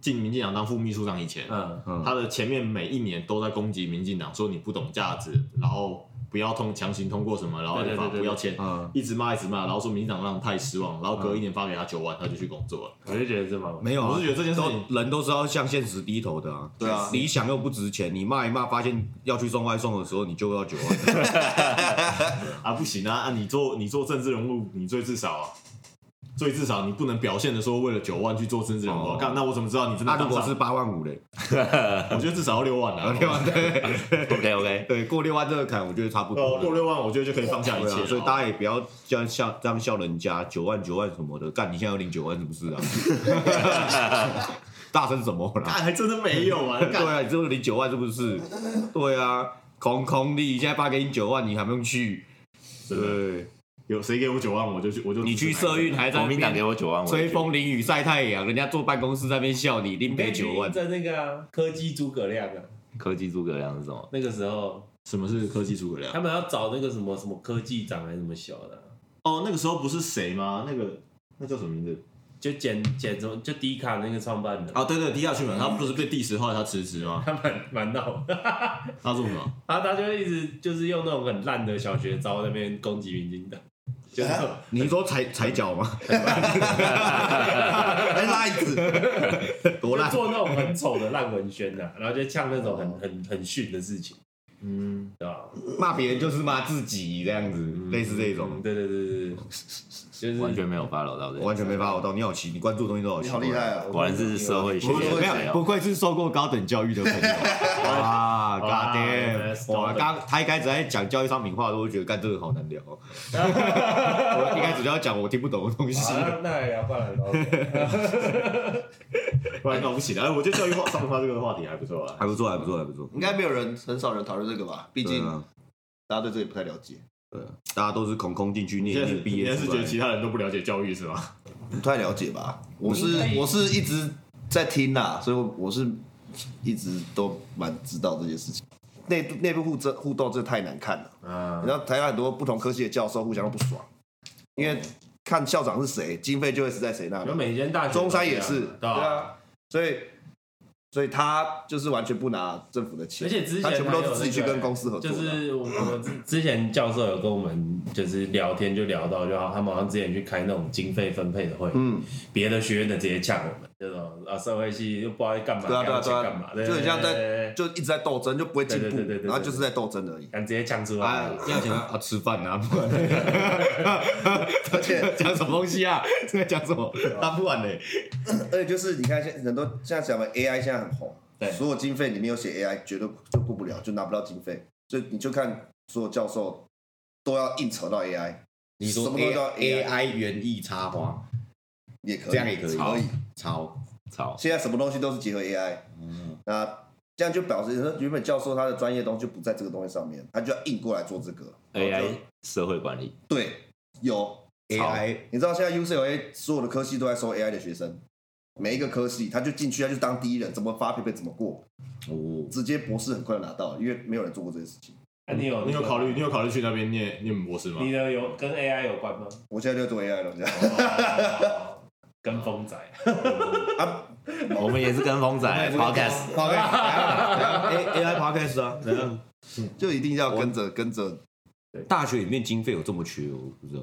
Speaker 3: 进民进党当副秘书长以前，
Speaker 5: 嗯，
Speaker 1: 嗯
Speaker 3: 他的前面每一年都在攻击民进党，说你不懂价值，然后不要通强行通过什么，然后
Speaker 5: 对对
Speaker 3: 法
Speaker 5: 对对
Speaker 3: 不要签，
Speaker 1: 嗯，
Speaker 3: 一直骂一直骂，然后说民进党让他太失望，然后隔一年发给他九万，他就去工作了。
Speaker 5: 我就觉得这蛮好笑
Speaker 1: 没有啊，
Speaker 3: 我是觉得这件事情
Speaker 1: 都人都是要向现实低头的啊。
Speaker 2: 对啊
Speaker 1: 理想又不值钱，你骂一骂，发现要去送外送的时候，你就要九万。
Speaker 3: 啊，不行啊，啊你做你做政治人物，你最至少、啊。最至少你不能表现的说为了九万去做政治人物啊，
Speaker 1: 哦
Speaker 3: 干、那我怎么知道你真的
Speaker 1: 那如
Speaker 3: 当上？
Speaker 1: 果 是八万五嘞，
Speaker 3: 我觉得至少要六万啊，
Speaker 1: 六万对
Speaker 4: OK OK，
Speaker 1: 对，过六万这个坎，我觉得差
Speaker 3: 呃
Speaker 1: 不多
Speaker 3: 过
Speaker 1: 了。
Speaker 3: 六 万，我觉得就可以放下一
Speaker 1: 对
Speaker 3: 切了、
Speaker 1: 啊，所以大家也不要这样笑这样笑人家九万九万什么的，干你现在有领九万是不是啊？大声什么啦？
Speaker 3: 干还真的没有 啊，
Speaker 1: 对啊，你只有领九万是不是？对啊，空空力，现在发给你九万，你还不用去？
Speaker 3: 真的
Speaker 1: 对，
Speaker 3: 有谁给我九万，我就去，我就
Speaker 1: 你去社运还在
Speaker 4: 国
Speaker 1: 那边
Speaker 4: 民党给我九万，我
Speaker 1: 吹风淋雨晒太阳，人家坐办公室在那边笑你，拎
Speaker 7: 可
Speaker 1: 杯
Speaker 7: 以去
Speaker 1: 九万
Speaker 7: 应。征那个啊科技诸葛亮啊，
Speaker 4: 科技诸葛亮是什么？
Speaker 5: 那个时候
Speaker 3: 什么是科技诸葛亮
Speaker 5: 他？们要找那个什么什么科技长还是什么小的啊、
Speaker 3: 哦，那个时候不是谁吗？那个那叫什么名字？
Speaker 5: 就简简什么就迪卡那个创办的，
Speaker 3: 啊，对对，迪亚去门，他不是被 diss 后来他辞职吗？
Speaker 5: 他蛮蛮闹的，
Speaker 3: 他做什么？
Speaker 5: 然后他就一直就是用那种很烂的小学招在那边攻击民进党，就是
Speaker 3: 啊
Speaker 5: 那种
Speaker 1: 你是说踩踩 脚吗？
Speaker 3: 哎
Speaker 2: 还拉椅子，
Speaker 1: 多烂
Speaker 5: 就！做那种很丑的烂文宣呐、 然后就呛那种
Speaker 2: 哦
Speaker 5: 很很很逊的事情，嗯，对吧？
Speaker 1: 骂别人就是骂自己这样子，类似这种
Speaker 5: 嗯，。对对对对对，就是
Speaker 4: 完全没有 follow 到这
Speaker 1: 我
Speaker 4: 个，
Speaker 1: 完全没发我到，你好奇，你关注的东西都好奇
Speaker 2: 你好
Speaker 1: 怪，
Speaker 2: 厉害啊！
Speaker 4: 果然是社会学
Speaker 2: 不是
Speaker 1: 没
Speaker 4: 的
Speaker 3: 啊
Speaker 1: 有，
Speaker 4: 人
Speaker 1: 不
Speaker 4: 哦。
Speaker 1: 愧是受过高等教育的 朋友。哇，God
Speaker 5: 哇
Speaker 1: damn！哇，刚他一开始在讲教育商品化的时候，我就觉得干这个 好难聊哦。我一开始就要讲我听不懂的东西
Speaker 5: 好，
Speaker 3: 啊
Speaker 5: 那那来聊灌篮高手，
Speaker 3: 不然搞不起来。哎我觉得教育化上化这个话题还不错啊。
Speaker 1: 还不错，还不错，还不错。
Speaker 2: 应该没有人，很少人讨论这个吧？毕
Speaker 1: 对
Speaker 2: 竟
Speaker 1: 啊，
Speaker 2: 大家对这个也不太了解，
Speaker 1: 大家都是空空进去
Speaker 3: 你
Speaker 1: 念，
Speaker 3: 现在
Speaker 1: 念
Speaker 3: 是
Speaker 1: 毕
Speaker 3: 你
Speaker 1: 业
Speaker 3: 现在是
Speaker 1: 出
Speaker 3: 觉得
Speaker 1: 来。
Speaker 3: 其他人都不了解教育是吗？
Speaker 2: 不太了解吧？我
Speaker 5: 应
Speaker 2: 是
Speaker 5: 该
Speaker 2: 我是一直在听啦，所以我我是一直都蛮知道这些事情。内内部互争互斗，这太难看了。
Speaker 5: 嗯，
Speaker 2: 然后台湾很多不同科系的教授互相都不爽，因
Speaker 5: 嗯
Speaker 2: 为看校长是谁，经费就会是在谁那
Speaker 5: 就
Speaker 2: 里。
Speaker 5: 每间大学都
Speaker 2: 中山也是，
Speaker 5: 这
Speaker 2: 对
Speaker 5: 样啊，
Speaker 2: 啊，所以所以他就是完全不拿政府的钱，
Speaker 5: 而且之前
Speaker 2: 他全部都
Speaker 5: 还有
Speaker 2: 是自己去
Speaker 5: 那个
Speaker 2: 跟公司合作
Speaker 5: 就
Speaker 2: 的。
Speaker 5: 是我我之之前教授有跟我们就是聊天就聊到，就好他们好像之前去开那种经费分配的会，
Speaker 2: 嗯，
Speaker 5: 别的学院的直接呛我们，这种啊社会系又不知道在干嘛，
Speaker 2: 对啊对啊对
Speaker 5: 干嘛干
Speaker 2: 啊
Speaker 5: 嘛，，
Speaker 2: 就很像
Speaker 5: 对对对
Speaker 2: 在
Speaker 5: 对
Speaker 2: 就一直在斗争，就不会进
Speaker 5: 对
Speaker 2: 步
Speaker 5: 对对对，对
Speaker 2: 然后就是在斗争而已。
Speaker 5: 敢直接呛出来
Speaker 1: 啊，要钱啊，吃饭啊，不然
Speaker 2: 而且
Speaker 1: 讲什么东西啊？这个讲什么？他不然嘞，
Speaker 2: 而且就是你看，现在很多像什么 AI 现在很红，
Speaker 5: 对
Speaker 2: 所有经费里面有写 AI，绝对就过不了，就拿不到经费，所以你就看所有教授都要硬扯到 AI，
Speaker 1: 你
Speaker 2: 什
Speaker 1: 说
Speaker 2: 么都叫
Speaker 1: A I 园艺插花
Speaker 2: 也可以，
Speaker 1: 这样也可以
Speaker 2: 可以。
Speaker 1: 超
Speaker 4: 操，
Speaker 2: 现在什么东西都是结合 AI，那
Speaker 1: 嗯
Speaker 2: 这样就表示说原本教授他的专业东西就不在这个东西上面，他就要硬过来做这个然后就
Speaker 4: AI 社会管理，
Speaker 2: 对，有
Speaker 1: AI
Speaker 2: 你知道现在 UCLA 所有的科系都在收 AI 的学生，每一个科系他就进去，他就当第一人，怎么发 paper 怎么过，
Speaker 1: 哦，
Speaker 2: 直接博士很快就拿到，因为没有人做过这些事情。
Speaker 5: 啊你有
Speaker 3: 你有考虑你有考虑去那边念念博士吗？
Speaker 5: 你的有跟 AI 有 关吗？
Speaker 2: 我现在就在做 AI 了，这样
Speaker 5: 哦跟风仔，
Speaker 2: 啊，哎
Speaker 4: 我们也是跟风仔 podcast，
Speaker 1: podcast，A A I podcast 啊，
Speaker 2: 就一定要跟着跟着，
Speaker 1: 大学里面经费有这么缺哦，我不知道，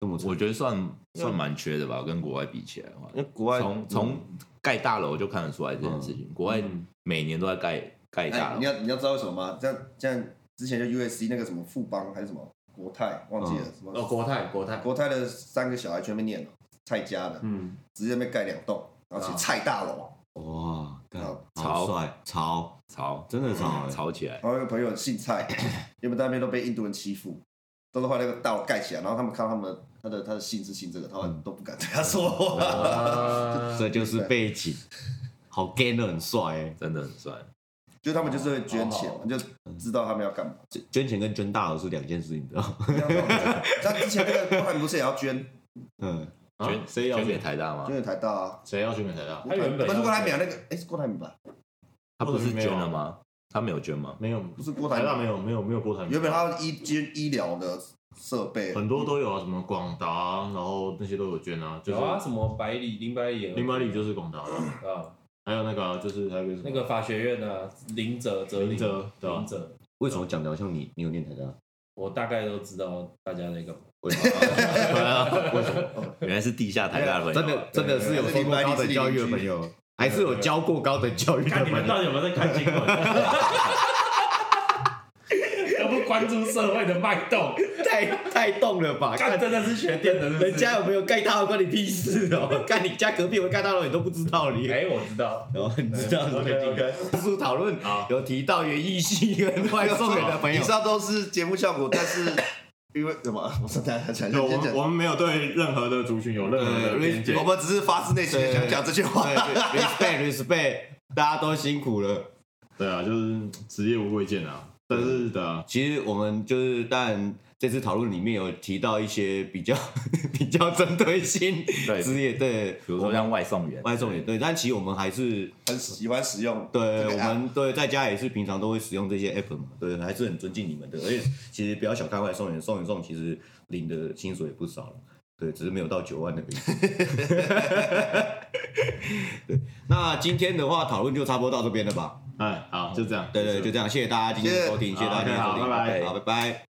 Speaker 1: 这么
Speaker 4: 我觉得算算蛮缺的吧，跟国外比起来的话，
Speaker 2: 因为国外
Speaker 4: 从从盖大楼就看得出来这件事情，国外
Speaker 5: 嗯
Speaker 4: 每年都在盖盖大
Speaker 2: 哎，你
Speaker 4: 楼，
Speaker 2: 要你要知道为什么吗？这样这样之前就 USC 那个什么富邦还是什么国泰忘记了、什
Speaker 5: 哦
Speaker 2: 么
Speaker 5: 国泰国泰，
Speaker 2: 国泰的三个小孩全被念了，蔡家的
Speaker 5: 嗯，
Speaker 2: 直接被盖两栋，然后写
Speaker 5: 啊
Speaker 2: 蔡大楼。
Speaker 1: 哇，干
Speaker 2: 好
Speaker 1: 好帅，潮，
Speaker 4: 吵
Speaker 1: 真的潮，
Speaker 4: 啊
Speaker 1: 欸
Speaker 4: 吵起来，
Speaker 2: 然后有个朋友姓蔡， 原本在那边都被印度人欺负，都是后来那个大楼盖起来，然后他们看到他们他的他的姓是姓这个，他们都不敢对他说
Speaker 5: 嗯
Speaker 2: 话。
Speaker 5: 啊
Speaker 1: 这就是背景，好 gay 的很帅哎，
Speaker 4: 真的很帅。
Speaker 2: 就他们就是会捐钱嘛，就知道他们要干嘛。
Speaker 1: 捐捐钱跟捐大楼是两件事，你知道吗？
Speaker 2: 他之前那个郭台铭不是也要捐，
Speaker 1: 嗯，
Speaker 3: 啊
Speaker 4: 捐
Speaker 3: 谁要
Speaker 4: 捐给
Speaker 3: 去？
Speaker 4: 台大吗
Speaker 2: 捐？给台大啊？
Speaker 3: 谁要去美台大？
Speaker 5: 他原本
Speaker 2: 不是郭台铭啊，那个哎是郭台铭吧？
Speaker 4: 他不是
Speaker 3: 没有
Speaker 4: 捐了吗？他没有捐吗？
Speaker 3: 没有，
Speaker 2: 不是郭台
Speaker 3: 台大
Speaker 2: 铭，
Speaker 3: 没有没有没有波台铭，
Speaker 2: 原本他要医捐医疗的设备，
Speaker 3: 很多都有啊，什么广达，然后那些都有捐啊，就
Speaker 5: 有啊，
Speaker 3: 是
Speaker 5: 什么百里林百里也有
Speaker 3: 林百里就是广达的，
Speaker 5: 啊，
Speaker 3: 还有那个啊就是台北什么
Speaker 5: 那个法学院啊，林哲哲
Speaker 3: 林哲对吧
Speaker 5: 林？哲，
Speaker 1: 为什么讲的好像你你有念台大？
Speaker 5: 我大概都知道大家在干嘛。
Speaker 1: 为 什么？啊
Speaker 4: 原来是地下台大的朋友啊
Speaker 1: 真的真的是有受过高等教育的朋友，还是有教过高等教育的
Speaker 5: 看你们
Speaker 1: 朋友。
Speaker 5: 到底有没有在看新闻？ 都不关注社会的脉 动，
Speaker 1: 太太动了吧？
Speaker 5: 干真的是学电的，是不是
Speaker 1: 人家有没有盖大楼关你屁事哦！看你家隔壁有没有盖大楼，你都不知道你。
Speaker 5: 哎，我知道，
Speaker 1: 然后你知道啊什么
Speaker 5: OK，OK
Speaker 1: 技术讨论有提到园艺系跟外送 员的朋
Speaker 2: 以
Speaker 1: 友，
Speaker 2: 上都是节目效果，但是因为什么？我等一下讲，
Speaker 3: 就我
Speaker 2: 先
Speaker 3: 们我
Speaker 2: 讲。
Speaker 3: 们没有对任何的族群有任何的偏见，
Speaker 2: 我们只是发自内心的想讲这句话。
Speaker 1: 对 respect respect，大家都辛苦了。
Speaker 3: 对啊，就是职业无贵贱啊，但是的、啊，
Speaker 1: 其实我们就是，但这次讨论里面有提到一些比较 比较针对性
Speaker 4: 对
Speaker 1: 职业，对，
Speaker 4: 比如说像外送员，
Speaker 1: 外送也对，但其实我们还是
Speaker 2: 很喜欢使用。
Speaker 1: 对，
Speaker 2: 这
Speaker 1: 我
Speaker 2: 个 app
Speaker 3: 啊
Speaker 1: 们对在家也是平常都会使用这些 app 嘛，对，还是很尊敬你们的。而且其实不要小看外送员，送一送其实领的薪水也不少了，对，只是没有到九万而 已。对，那今天的话讨论就差不多到这边了吧？
Speaker 3: 哎，好，就这样，
Speaker 1: 对对，就这样，谢谢大家今天的收听，谢谢大家今天的收听，
Speaker 3: 好拜拜
Speaker 1: 好，拜拜。